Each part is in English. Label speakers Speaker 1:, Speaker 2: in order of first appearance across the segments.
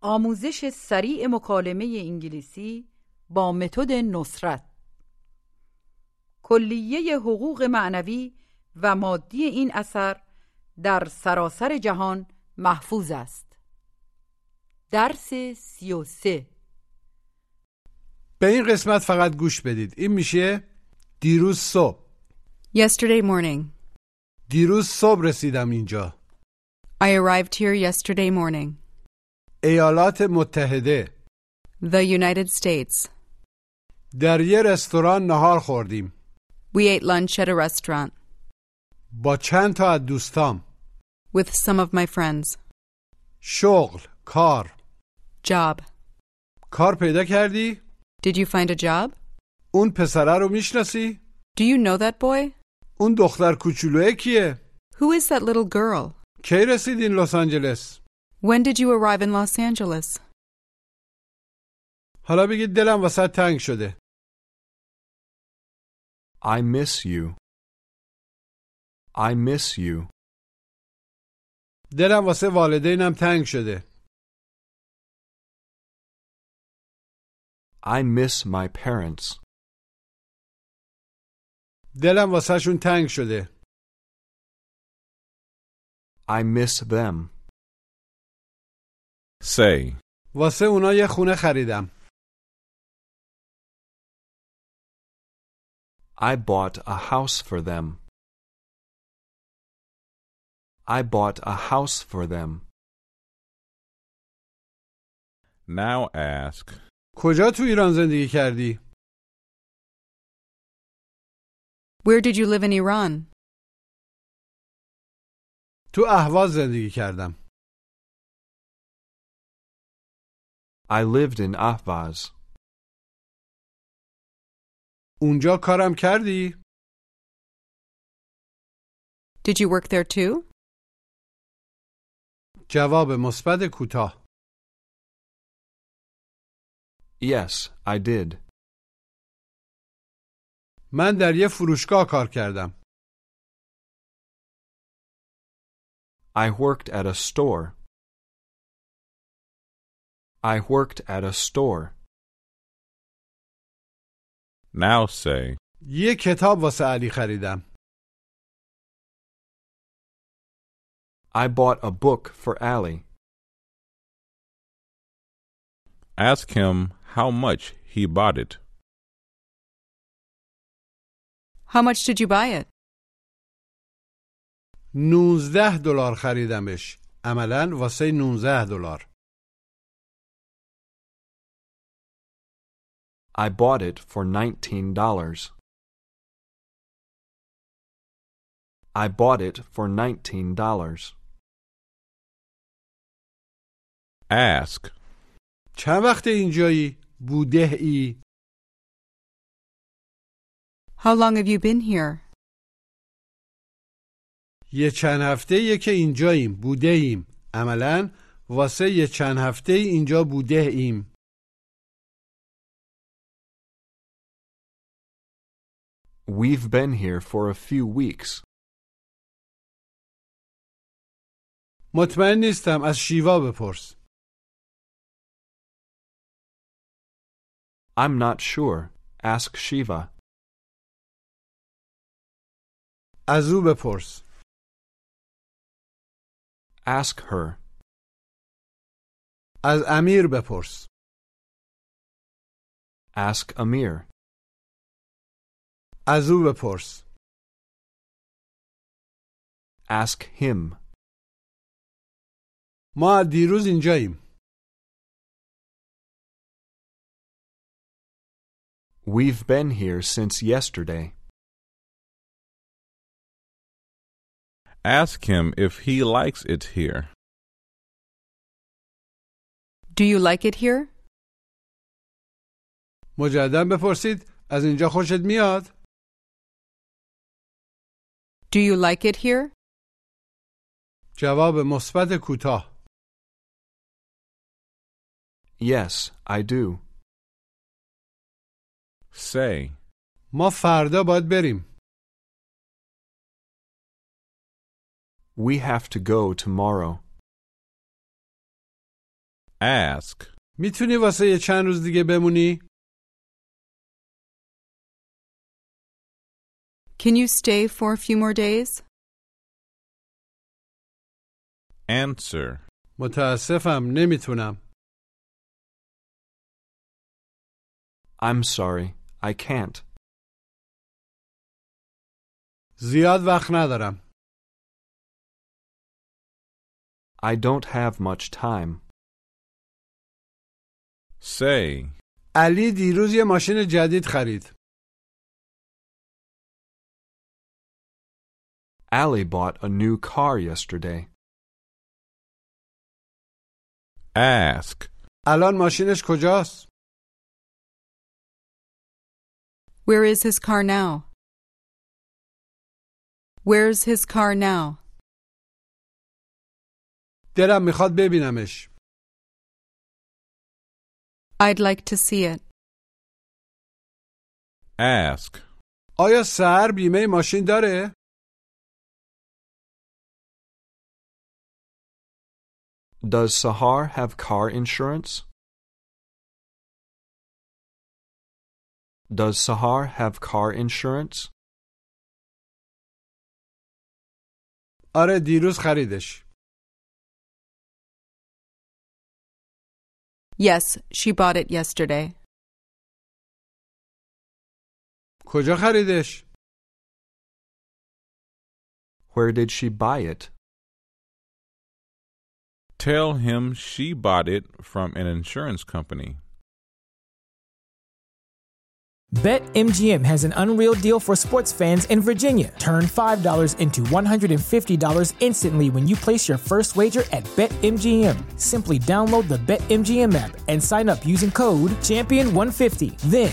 Speaker 1: آموزش سریع مکالمه انگلیسی با متد نصرت کلیه حقوق معنوی و مادی این اثر در سراسر جهان محفوظ است درس سی و سه
Speaker 2: به این قسمت فقط گوش بدید این میشه دیروز صبح
Speaker 3: Yesterday morning.
Speaker 2: دیروز صبح رسیدم اینجا
Speaker 3: I arrived here yesterday morning.
Speaker 2: ایالات متحده
Speaker 3: The United States.
Speaker 2: در یه رستوران نهار خوردیم
Speaker 3: We ate lunch at a restaurant
Speaker 2: با چند تا از دوستام
Speaker 3: with some of my friends.
Speaker 2: شغل کار
Speaker 3: Job.
Speaker 2: کار پیدا کردی؟
Speaker 3: Did you find a job?
Speaker 2: اون پسره رو میشناسی؟
Speaker 3: Do you know that boy?
Speaker 2: اون دختر کوچولوه کیه؟
Speaker 3: Who is that little girl?
Speaker 2: کی رسیدین لس آنجلس؟
Speaker 3: When did you arrive in Los Angeles?
Speaker 2: حالا بگید دلم وسط تنگ شده
Speaker 4: I miss you. I miss you.
Speaker 2: دلم واسه والدینم تنگ شده
Speaker 4: I miss my parents.
Speaker 2: دلم واسه شون تنگ شده
Speaker 4: I miss them.
Speaker 5: Say,
Speaker 2: واسه اونا یه خونه خریدم
Speaker 4: I bought a house for them. I bought a house for them.
Speaker 5: now ask,
Speaker 2: کجا تو ایران زندگی کردی؟
Speaker 3: Where did you live in Iran?
Speaker 2: تو اهواز زندگی کردم
Speaker 4: I lived in Ahvaz.
Speaker 2: اونجا کارم کردی؟
Speaker 3: Did you work there too?
Speaker 2: جواب مثبت کوتاه
Speaker 4: Yes, I did.
Speaker 2: من در یه فروشگاه کار کردم
Speaker 4: I worked at a store. I worked at a store.
Speaker 5: now say,
Speaker 2: یه کتاب واسه علی خریدم
Speaker 4: I bought a book for Ali.
Speaker 5: ask him how much he bought it.
Speaker 3: How much did you buy it?
Speaker 2: 19 دلار خریدمش عملا واسه 19 دلار
Speaker 4: I bought it for nineteen dollars. I bought it for nineteen dollars.
Speaker 5: Ask,
Speaker 2: چند وقت اینجایی؟ بوده ای؟
Speaker 3: How long have you been here?
Speaker 2: یه چند هفته یه که اینجاییم بوده ایم عملا واسه یه چند هفته اینجا بوده ایم
Speaker 4: We've been here for a few weeks.
Speaker 2: مطمئن نیستم از شیوا بپرس
Speaker 4: I'm not sure. Ask Shiva.
Speaker 2: از او بپرس
Speaker 4: Ask her.
Speaker 2: از امیر بپرس
Speaker 4: Ask Amir.
Speaker 2: از او بپرس
Speaker 4: Ask him.
Speaker 2: ما از دیروز اینجاییم
Speaker 4: We've been here since yesterday.
Speaker 5: Ask him if he likes it here.
Speaker 3: Do you like it here?
Speaker 2: مجددا بپرسید از اینجا خوشت میاد؟
Speaker 3: Do you like it here?
Speaker 2: جواب مثبت کوتاه.
Speaker 4: Yes, I do.
Speaker 5: Say,
Speaker 2: ما فردا باید بریم.
Speaker 4: We have to go tomorrow.
Speaker 5: ask,
Speaker 2: میتونی واسه یه چند روز دیگه بمونی؟
Speaker 3: Can you stay for a few more days?
Speaker 5: answer,
Speaker 2: متاسفم نمیتونم.
Speaker 4: I'm sorry, I can't.
Speaker 2: زیاد وقت ندارم.
Speaker 4: I don't have much time.
Speaker 5: say,
Speaker 2: علی دیروز یه ماشین جدید خرید.
Speaker 4: Allie bought a new car yesterday.
Speaker 5: ask,
Speaker 2: الان ماشینش کجاست؟
Speaker 3: Where is his car now? Where's his car now?
Speaker 2: دلم میخواد ببینمش.
Speaker 3: I'd like to see it.
Speaker 5: ask,
Speaker 2: آیا سر بیمه ماشین داره؟
Speaker 4: Does Sahar have car insurance? Does Sahar have car insurance?
Speaker 2: آره دیروز خریدش.
Speaker 3: Yes, she bought it yesterday.
Speaker 2: کجا خریدش؟
Speaker 4: Where did she buy it?
Speaker 5: tell him she bought it from an insurance company.
Speaker 6: BetMGM has an unreal deal for sports fans in Virginia. Turn $5 into $150 instantly when you place your first wager at BetMGM. Simply download the BetMGM app and sign up using code Champion150. Then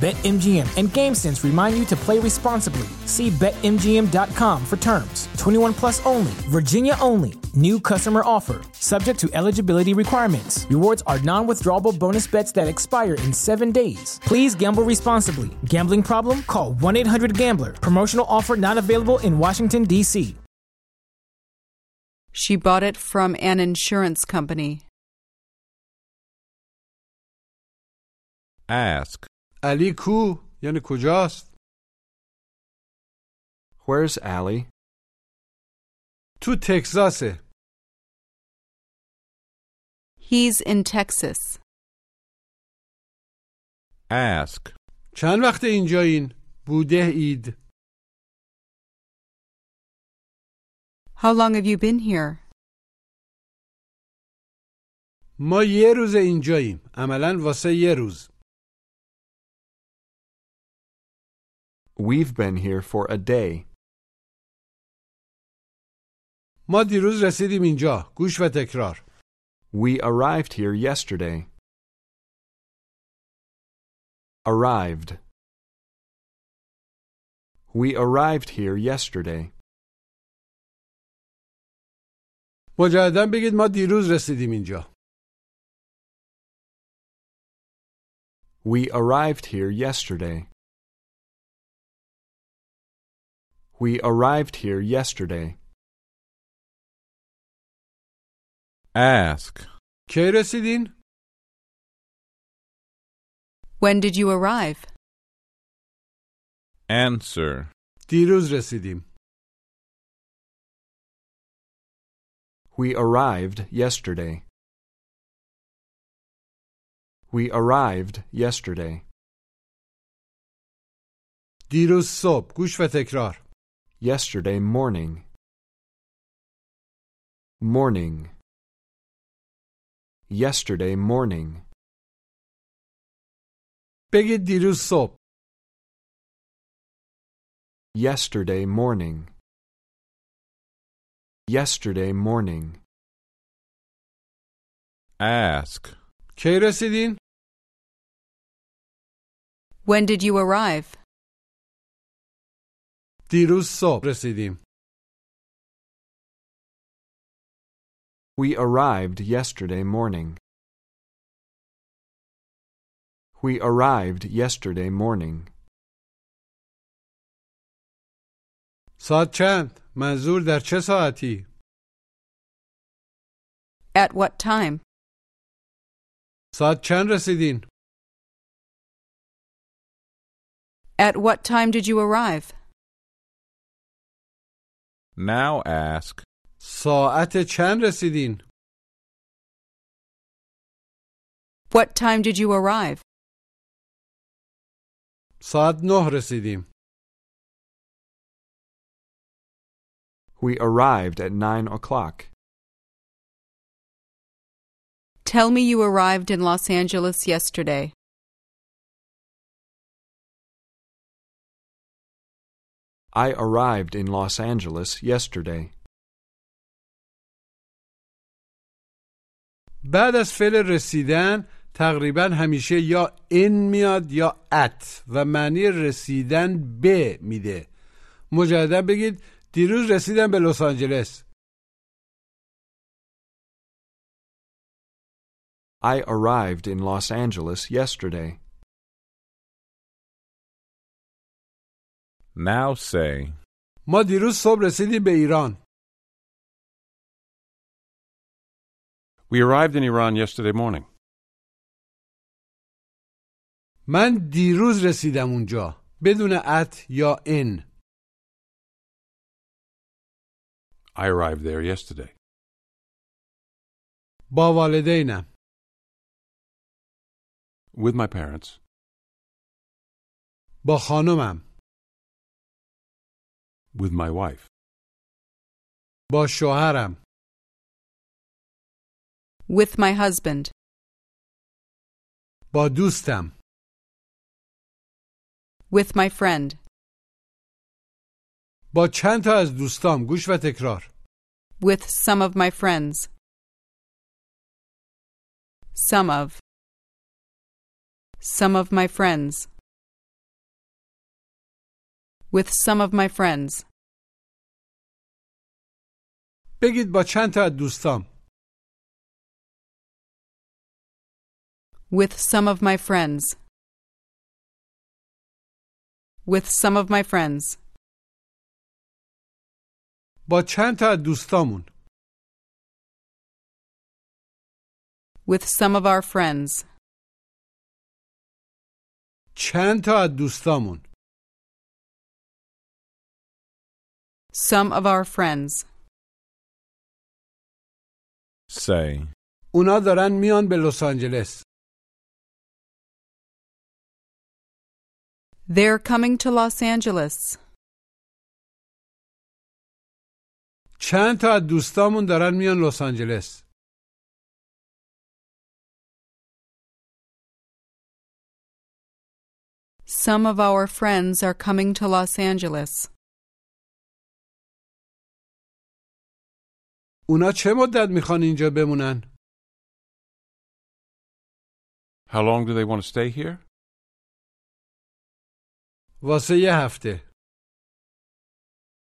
Speaker 6: BetMGM and GameSense remind you to play responsibly. See BetMGM.com for terms. 21 plus only, Virginia only. New customer offer, subject to eligibility requirements. Rewards are non withdrawable bonus bets that expire in seven days. Please gamble responsibly. Gambling problem? Call 1 800 Gambler. Promotional offer not available in Washington, D.C.
Speaker 3: She bought it from an insurance company.
Speaker 5: Ask,
Speaker 2: علی کو؟ یعنی کجاست؟
Speaker 4: Where's Allie?
Speaker 2: تو تگزاسه.
Speaker 3: He's in Texas.
Speaker 5: ask,
Speaker 2: چند وقت اینجایین؟ بوده اید.
Speaker 3: How long have you been here?
Speaker 2: ما یه روز اینجاییم. عملا واسه یه روز.
Speaker 4: We've been here for a day.
Speaker 2: ما دیروز رسیدیم اینجا. گوش و تکرار.
Speaker 4: We arrived here yesterday. Arrived. We arrived here yesterday.
Speaker 2: مجددا بگید ما دیروز رسیدیم اینجا.
Speaker 4: We arrived here yesterday. We arrived here yesterday.
Speaker 5: ask,
Speaker 2: کی رسیدین؟
Speaker 3: When did you arrive?
Speaker 5: answer,
Speaker 2: دیروز رسیدیم.
Speaker 4: We arrived yesterday. We arrived yesterday.
Speaker 2: دیروز صبح گوش و تکرار
Speaker 4: Yesterday morning. Morning. Yesterday morning.
Speaker 2: بگید دیروز صبح
Speaker 4: Yesterday morning. Yesterday morning.
Speaker 5: Ask.
Speaker 2: کی رسیدین
Speaker 3: When did you arrive?
Speaker 2: دیروز صبح رسیدیم
Speaker 4: We arrived yesterday morning. We arrived yesterday morning.
Speaker 2: ساعت چند منظور در چه ساعتی
Speaker 3: At what time?
Speaker 2: ساعت چند رسیدین
Speaker 3: At what time did you arrive?
Speaker 5: Now ask.
Speaker 2: ساعت چند رسیدین
Speaker 3: What time did you arrive?
Speaker 2: ساعت نه رسیدیم
Speaker 4: We arrived at nine o'clock.
Speaker 3: Tell me you arrived in Los Angeles yesterday.
Speaker 4: I arrived in Los Angeles yesterday.
Speaker 2: بعد از فعل رسیدن تقریبا همیشه یا این میاد یا ات و معنی رسیدن به میده مجددا بگید دیروز رسیدم به لس آنجلس
Speaker 4: I arrived in Los Angeles yesterday.
Speaker 5: Now say.
Speaker 2: ما دیروز صبح رسیدیم به ایران
Speaker 7: We arrived in Iran yesterday morning.
Speaker 2: من دیروز رسیدم اونجا بدون ات یا این
Speaker 7: I arrived there yesterday.
Speaker 2: با والدینم
Speaker 7: With my parents.
Speaker 2: با خانمم
Speaker 7: With my wife.
Speaker 2: با شوهرم
Speaker 3: With my husband.
Speaker 2: با دوستم
Speaker 3: With my friend.
Speaker 2: با چند تا از دوستام گوش و تکرار
Speaker 3: With some of my friends. Some of. Some of my friends. With some of my friends.
Speaker 2: بگید با چند تا از دوستام
Speaker 3: With some of my friends. With some of my friends.
Speaker 2: با چند تا از دوستامون
Speaker 3: With some of our friends.
Speaker 2: چند تا از دوستامون
Speaker 3: Some of our friends.
Speaker 5: Say.
Speaker 2: اونا دارن میان به لس آنجلس
Speaker 3: They're coming to Los Angeles.
Speaker 2: چند تا از دوستامون دارن میان لس آنجلس
Speaker 3: Some of our friends are coming to Los Angeles.
Speaker 2: اونا چه مدت میخوان اینجا بمونن
Speaker 7: How long do they want to stay here?
Speaker 2: واسه یه هفته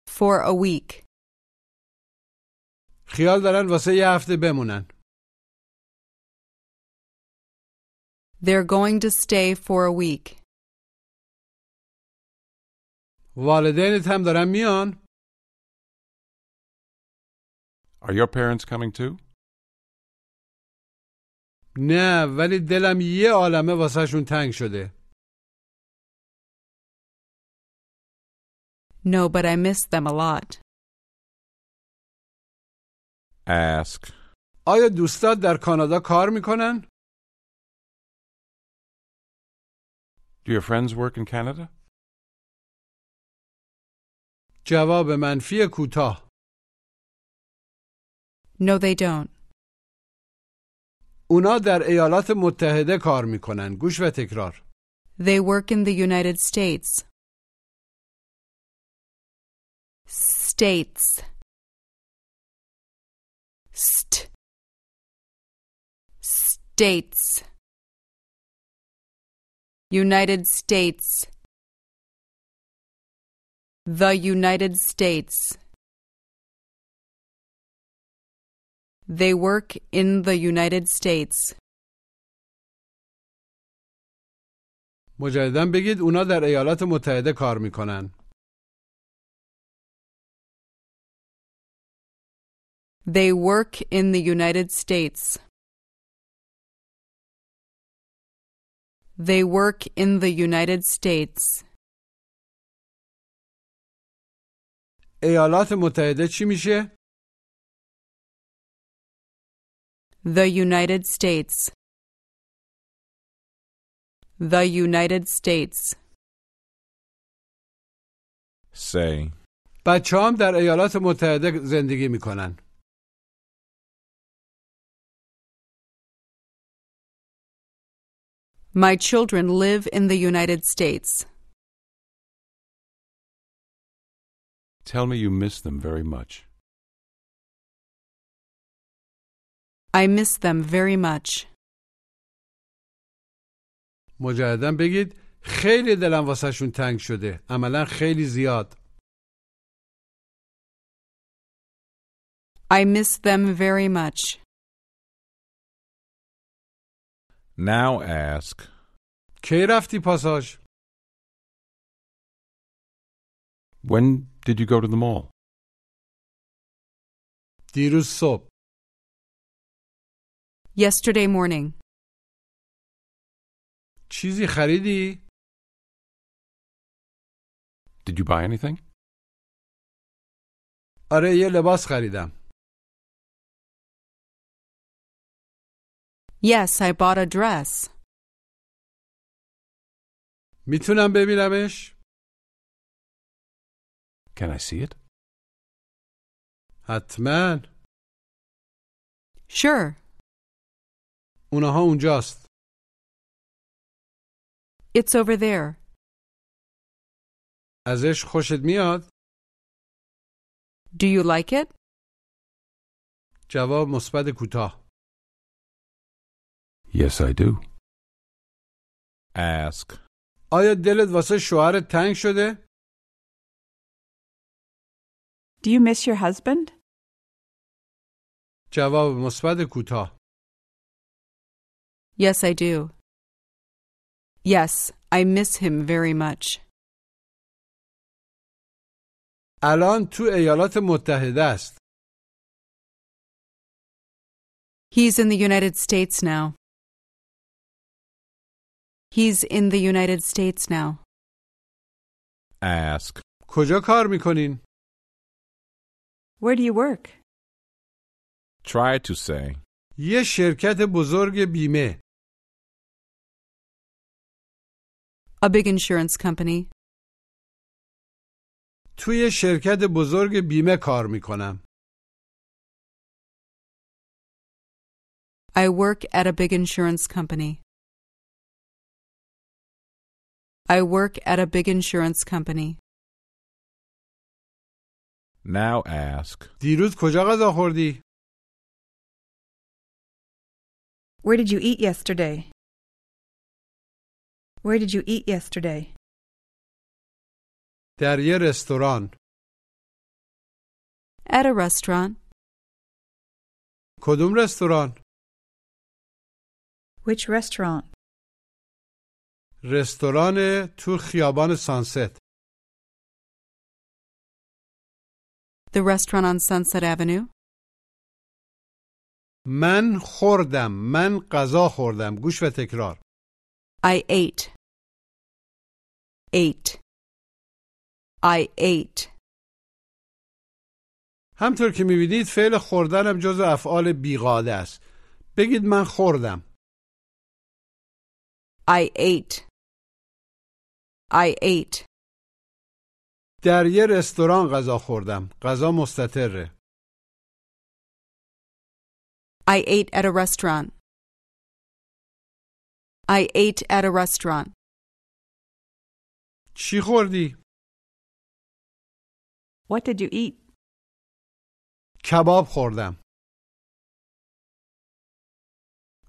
Speaker 3: For a week.
Speaker 2: خیال دارن واسه یه هفته بمونن
Speaker 3: They're going to stay for a week.
Speaker 2: والدینت هم دارن میان
Speaker 7: Are your parents coming too?
Speaker 2: نه ولی دلم یه عالمه واسهشون تنگ شده
Speaker 3: No, but I miss them a lot.
Speaker 5: Ask.
Speaker 2: آیا دوستات در کانادا کار میکنن
Speaker 7: Do your friends work in Canada?
Speaker 2: جواب منفی کوتاه
Speaker 3: No, they don't.
Speaker 2: اونا در ایالات متحده کار میکنن گوش و تکرار
Speaker 3: They work in the United States. States. St. States. United States. The United States. They work in the United States.
Speaker 2: مجددا بگید اونا در ایالات متحده کار میکنن
Speaker 3: They work in the United States. They work in the United States.
Speaker 2: ایالات متحده چی میشه
Speaker 3: The United States. The United States.
Speaker 5: Say,
Speaker 2: بچه هم در ایالات متحده زندگی میکنن
Speaker 3: My children live in the United States.
Speaker 7: Tell me you miss them very much.
Speaker 3: I miss them very much.
Speaker 2: مجددا بگید خیلی دلم واسهشون تنگ شده عملا خیلی زیاد
Speaker 3: I miss them very much.
Speaker 5: now ask,
Speaker 2: کی رفتی پاساژ
Speaker 7: When did you go to the mall?
Speaker 2: دیروز صبح
Speaker 3: Yesterday morning.
Speaker 2: چیزی خریدی
Speaker 7: Did you buy anything?
Speaker 2: آره یه لباس خریدم
Speaker 3: Yes, I bought a dress.
Speaker 2: میتونم ببینمش
Speaker 7: Can I see it?
Speaker 2: حتما
Speaker 3: Sure.
Speaker 2: اونها اونجاست
Speaker 3: It's over there.
Speaker 2: ازش خوشت میاد
Speaker 3: Do you like it?
Speaker 2: جواب مثبت کوتاه
Speaker 7: Yes, I do.
Speaker 5: ask,
Speaker 2: آیا دلت واسه شوهرت تنگ شده
Speaker 8: Do you miss your husband?
Speaker 2: جواب مثبت کوتاه
Speaker 3: Yes, I do. Yes, I miss him very much.
Speaker 2: الان تو ایالات متحده است
Speaker 3: He's in the United States now. He's in the United States now.
Speaker 5: ask,
Speaker 2: کجا کار میکنین
Speaker 8: Where do you work?
Speaker 5: try to say,
Speaker 2: یه شرکت بزرگ بیمه
Speaker 3: A big insurance company.
Speaker 2: توی شرکت بزرگ بیمه کار میکنم
Speaker 3: I work at a big insurance company. I work at a big insurance company.
Speaker 5: now ask,
Speaker 2: دیروز کجا غذا خوردی
Speaker 8: Where did you eat yesterday? Where did you eat yesterday?
Speaker 2: در یه رستوران
Speaker 3: At a restaurant.
Speaker 2: کدوم رستوران
Speaker 8: Which restaurant?
Speaker 2: رستوران تو خیابان سانست
Speaker 3: The restaurant on Sunset Avenue.
Speaker 2: من خوردم من غذا خوردم گوش و تکرار
Speaker 3: I ate. Ate. I ate.
Speaker 2: همطور که میبینید فعل خوردنم جز افعال بیقاده است بگید من خوردم
Speaker 3: I ate. I ate.
Speaker 2: در یه رستوران غذا خوردم. غذا مستطره.
Speaker 3: I ate at a restaurant. I ate at a restaurant.
Speaker 2: چی خوردی؟
Speaker 8: What did you eat?
Speaker 2: کباب خوردم.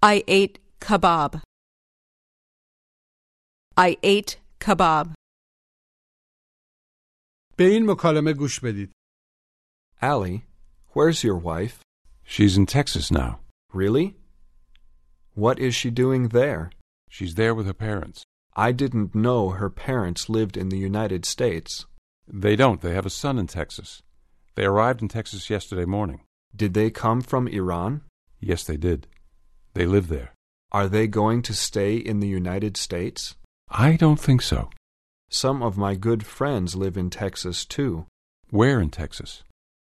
Speaker 3: I ate kebab. I ate kebab.
Speaker 2: به این مکالمه گوش بدید.
Speaker 4: Allie, where's your wife?
Speaker 5: She's in Texas now.
Speaker 4: Really? What is she doing there?
Speaker 5: She's there with her parents.
Speaker 4: I didn't know her parents lived in the United States.
Speaker 5: They don't. They have a son in Texas. They arrived in Texas yesterday morning.
Speaker 4: Did they come from Iran?
Speaker 5: Yes, they did. They live there.
Speaker 4: Are they going to stay in the United States?
Speaker 5: I don't think so.
Speaker 4: Some of my good friends live in Texas too.
Speaker 5: Where in Texas?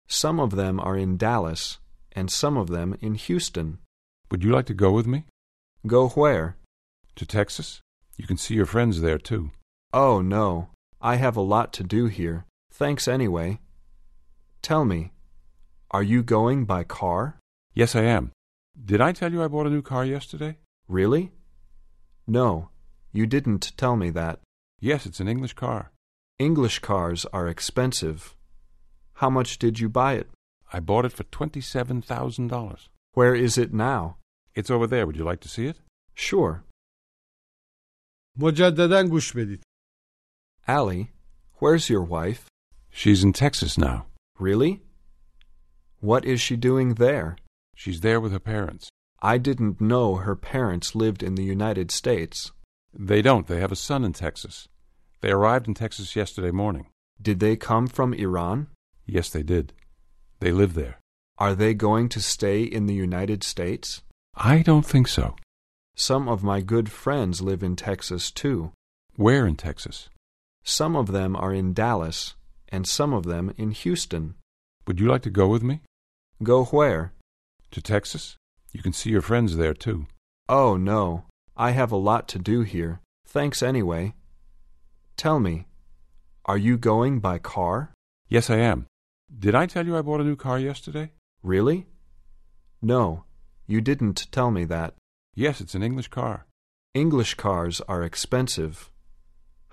Speaker 4: Some of them are in Dallas, and some of them in Houston.
Speaker 5: Would you like to go with me?
Speaker 4: Go where?
Speaker 5: To Texas? You can see your friends there, too.
Speaker 4: Oh, no. I have a lot to do here. Thanks anyway. Tell me, are you going by car?
Speaker 5: Yes, I am. Did I tell you I bought a new car yesterday?
Speaker 4: Really? No, you didn't tell me that.
Speaker 5: Yes, it's an English car.
Speaker 4: English cars are expensive. How much did you buy it?
Speaker 5: I bought it for $27,000.
Speaker 4: Where is it now?
Speaker 5: It's over there. Would you like to see it?
Speaker 4: Sure.
Speaker 2: مجددا گوش بدید.
Speaker 4: Allie, where's your wife?
Speaker 5: She's in Texas now.
Speaker 4: Really? What is she doing there?
Speaker 5: She's there with her parents.
Speaker 4: I didn't know her parents lived in the United States.
Speaker 5: They don't. They have a son in Texas. They arrived in Texas yesterday morning.
Speaker 4: Did they come from Iran?
Speaker 5: Yes, they did. They live there.
Speaker 4: Are they going to stay in the United States?
Speaker 5: I don't think so.
Speaker 4: Some of my good friends live in Texas too.
Speaker 5: Where in Texas?
Speaker 4: Some of them are in Dallas, and some of them in Houston.
Speaker 5: Would you like to go with me?
Speaker 4: Go where?
Speaker 5: To Texas? You can see your friends there, too.
Speaker 4: Oh, no. I have a lot to do here. Thanks anyway. Tell me, are you going by car?
Speaker 5: Yes, I am. Did I tell you I bought a new car yesterday?
Speaker 4: Really? No, you didn't tell me that.
Speaker 5: Yes, it's an English car.
Speaker 4: English cars are expensive.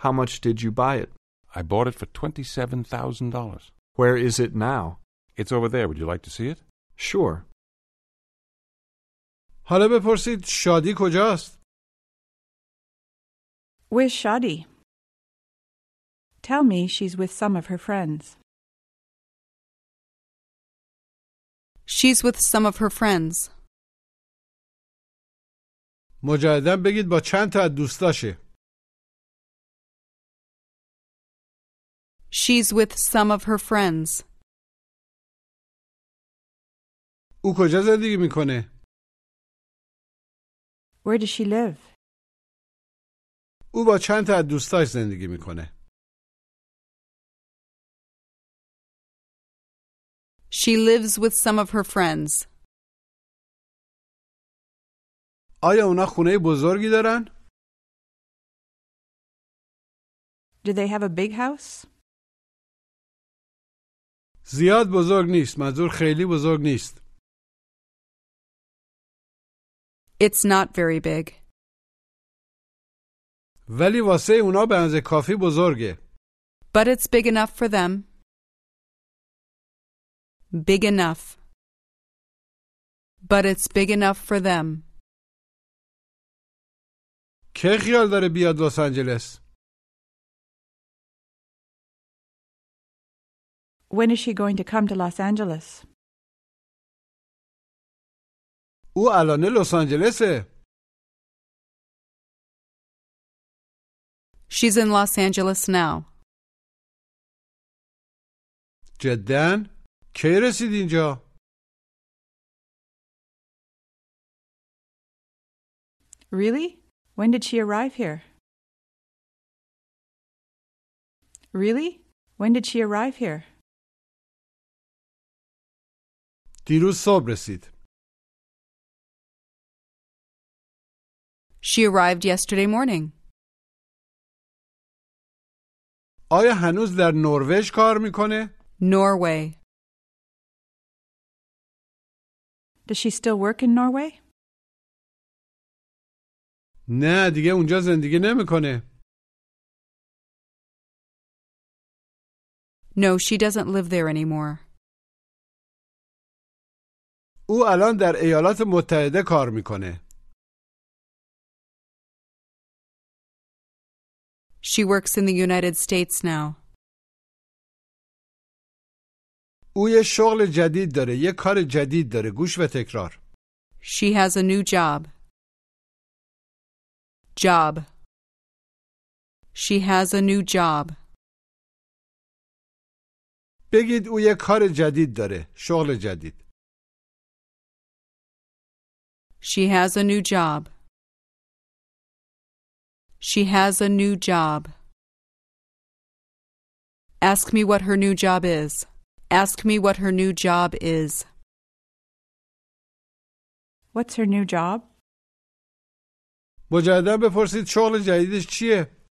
Speaker 4: How much did you buy it?
Speaker 5: I bought it for $27,000.
Speaker 4: Where is it now?
Speaker 5: It's over there. Would you like to see it?
Speaker 4: Sure.
Speaker 2: حالا بپرسید شادی کجاست؟
Speaker 8: Where's Shadi? Tell me she's with some of her friends.
Speaker 3: She's with some of her friends.
Speaker 2: مجددا بگید با چند تا از دوستاشه.
Speaker 3: She's with some of her friends.
Speaker 2: او کجا زندگی میکنه؟
Speaker 8: Where does she live?
Speaker 2: او با چند تا از دوستاش زندگی میکنه.
Speaker 3: She lives with some of her friends.
Speaker 2: آیا اونا خونه بزرگی دارن؟
Speaker 8: Do they have a big house?
Speaker 2: زیاد بزرگ نیست. منظور خیلی بزرگ نیست.
Speaker 3: It's not very big,
Speaker 2: ولی واسه اونا به اندازه کافی بزرگه.
Speaker 3: but it's big enough for them. Big enough. But it's big enough for them.
Speaker 2: که خیال داره بیاد لس آنجلس؟
Speaker 8: When is she going to come to Los Angeles?
Speaker 2: او الانه لس آنجلسه.
Speaker 3: She's in Los Angeles now.
Speaker 2: جدا کی رسید اینجا؟
Speaker 8: Really? When did she arrive here? Really? When did she arrive here?
Speaker 2: دیروز صبح رسید.
Speaker 3: She arrived yesterday morning.
Speaker 2: آیا هنوز در نروژ کار میکنه؟
Speaker 3: Norway.
Speaker 8: Does she still work in Norway?
Speaker 2: نه دیگه اونجا زندگی نمیکنه.
Speaker 3: No, she doesn't live there anymore.
Speaker 2: او الان در ایالات متحده کار میکنه.
Speaker 3: She works in the United States now.
Speaker 2: او یه شغل جدید داره، یه کار جدید داره. گوش و تکرار.
Speaker 3: She has a new job. Job. She has a new job.
Speaker 2: بگید او یه کار جدید داره، شغل جدید.
Speaker 3: She has a new job. She has a new job. Ask me what her new job is. Ask me what her new job is.
Speaker 8: What's her new job?
Speaker 2: مجددا بپرسید شغل جدیدش چیه؟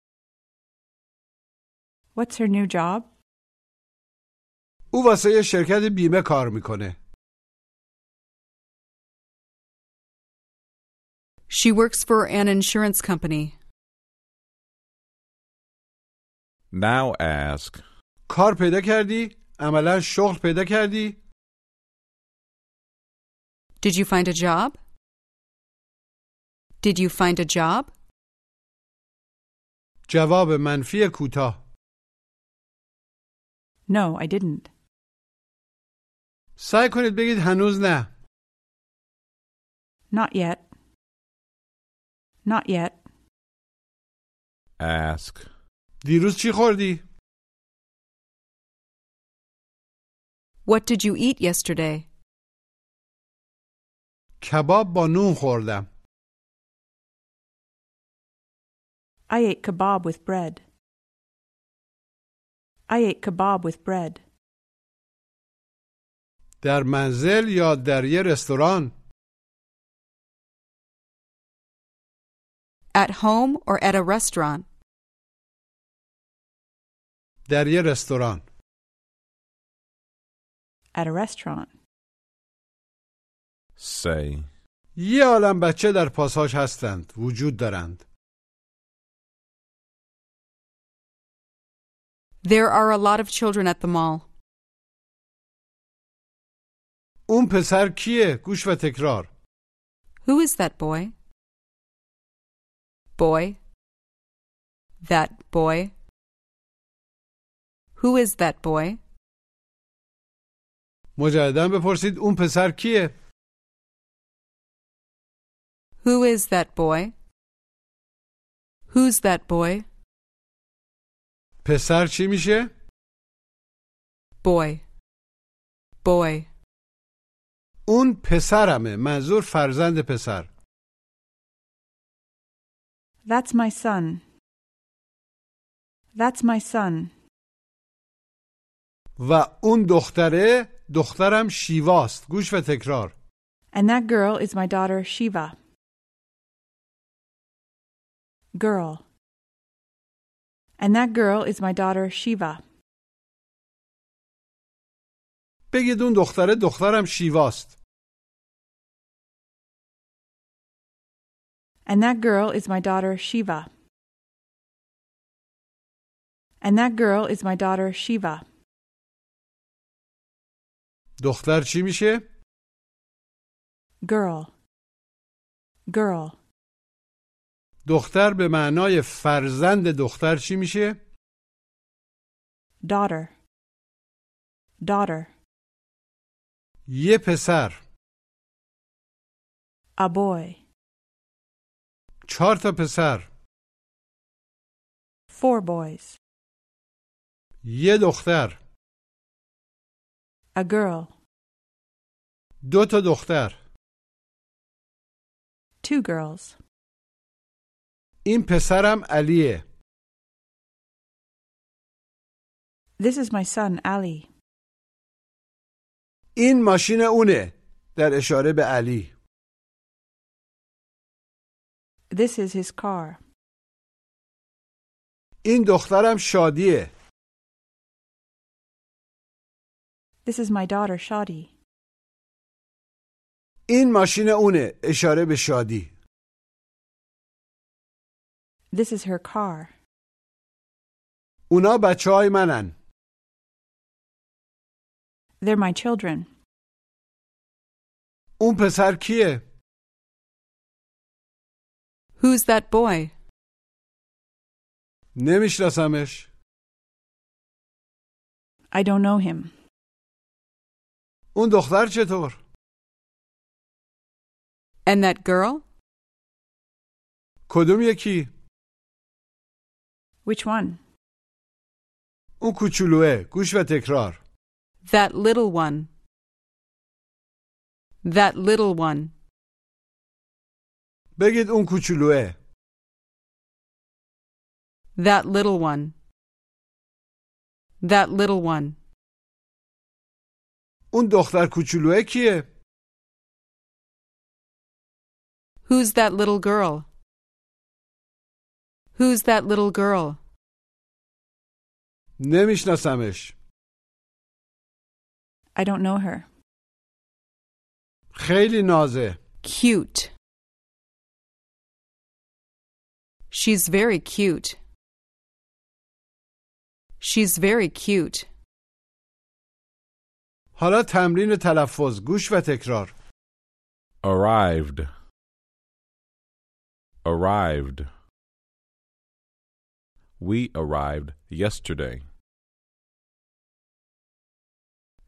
Speaker 8: What's her new job?
Speaker 2: او واسه یه شرکت بیمه کار میکنه.
Speaker 3: She works for an insurance company.
Speaker 5: Now ask,
Speaker 2: کار پیدا کردی؟ عملا شغل پیدا کردی؟
Speaker 3: Did you find a job? Did you find a job?
Speaker 2: جواب منفی کوتاه.
Speaker 8: No, I didn't.
Speaker 2: سعی کنید بگید هنوز نه.
Speaker 8: Not yet. Not yet.
Speaker 5: ask,
Speaker 2: دیروز چی خوردی؟
Speaker 3: What did you eat yesterday?
Speaker 2: کباب با نون خوردم.
Speaker 8: I ate kebab with bread. I ate kebab with bread.
Speaker 2: در منزل یا در یه رستوران؟
Speaker 3: At home or at a restaurant?
Speaker 2: در یه رستوران.
Speaker 8: At a restaurant.
Speaker 5: say,
Speaker 2: یه عالم بچه در پاساژ هستند. وجود دارند.
Speaker 3: There are a lot of children at the mall.
Speaker 2: اون پسر کیه؟ گوش و تکرار.
Speaker 3: Who is that boy? Boy. That boy. Who is that boy?
Speaker 2: مجددا بپرسید اون پسر کیه؟
Speaker 3: Who is that boy? Who's that boy?
Speaker 2: پسر چی میشه؟
Speaker 3: Boy. Boy.
Speaker 2: اون پسرمه. منظور فرزند پسر.
Speaker 8: That's my son. That's my son.
Speaker 2: و اون دختره دخترم شیواست گوش و تکرار
Speaker 8: And that girl is my daughter Shiva. Girl. And that girl is my daughter Shiva.
Speaker 2: بگید اون دختره دخترم شیواست
Speaker 8: And that girl is my daughter Shiva. And that girl is my daughter Shiva.
Speaker 2: دختر چی میشه؟
Speaker 8: Girl. Girl.
Speaker 2: دختر به معنای فرزند دختر چی میشه؟
Speaker 8: Daughter. Daughter.
Speaker 2: یه پسر
Speaker 8: A boy.
Speaker 2: چهار تا پسر
Speaker 8: Four boys.
Speaker 2: یه دختر
Speaker 8: A girl.
Speaker 2: دو تا دختر
Speaker 8: Two girls.
Speaker 2: این پسرم علیه
Speaker 8: This is my son Ali.
Speaker 2: این ماشین اونه در اشاره به علی
Speaker 8: This is his car.
Speaker 2: این دخترم شادیه
Speaker 8: This is my daughter, Shadi.
Speaker 2: این ماشین اونه اشاره به شادی
Speaker 8: This is her car.
Speaker 2: اونا بچه های منن
Speaker 8: They're my children.
Speaker 2: اون پسر کیه؟
Speaker 3: Who's that boy?
Speaker 2: نمیشناسمش
Speaker 8: I don't know him.
Speaker 2: اون دختر چطور؟
Speaker 3: And that girl?
Speaker 2: کدوم یکی؟
Speaker 8: Which one?
Speaker 2: اون کوچولوه گوش و تکرار
Speaker 3: That little one. That little one.
Speaker 2: بگید اون کوچولوه
Speaker 3: That little one. That little one.
Speaker 2: اون دختر کوچولوه کیه؟
Speaker 3: Who's that little girl? Who's that little girl?
Speaker 2: نمیشناسمش
Speaker 8: I don't know her.
Speaker 2: خیلی نازه
Speaker 3: Cute. She's very cute. She's very cute.
Speaker 2: حالا تمرین تلفظ گوش و تکرار
Speaker 5: Arrived. Arrived. We arrived yesterday.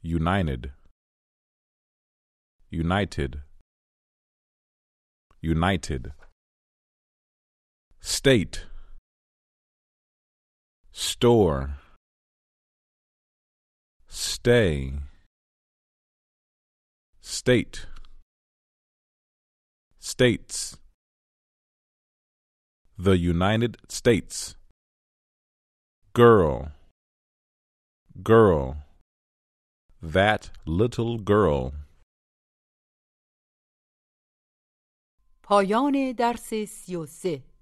Speaker 5: United. United. United. State. Store. Stay. State states. The United States. Girl. Girl. That little girl.
Speaker 1: پایان درس 33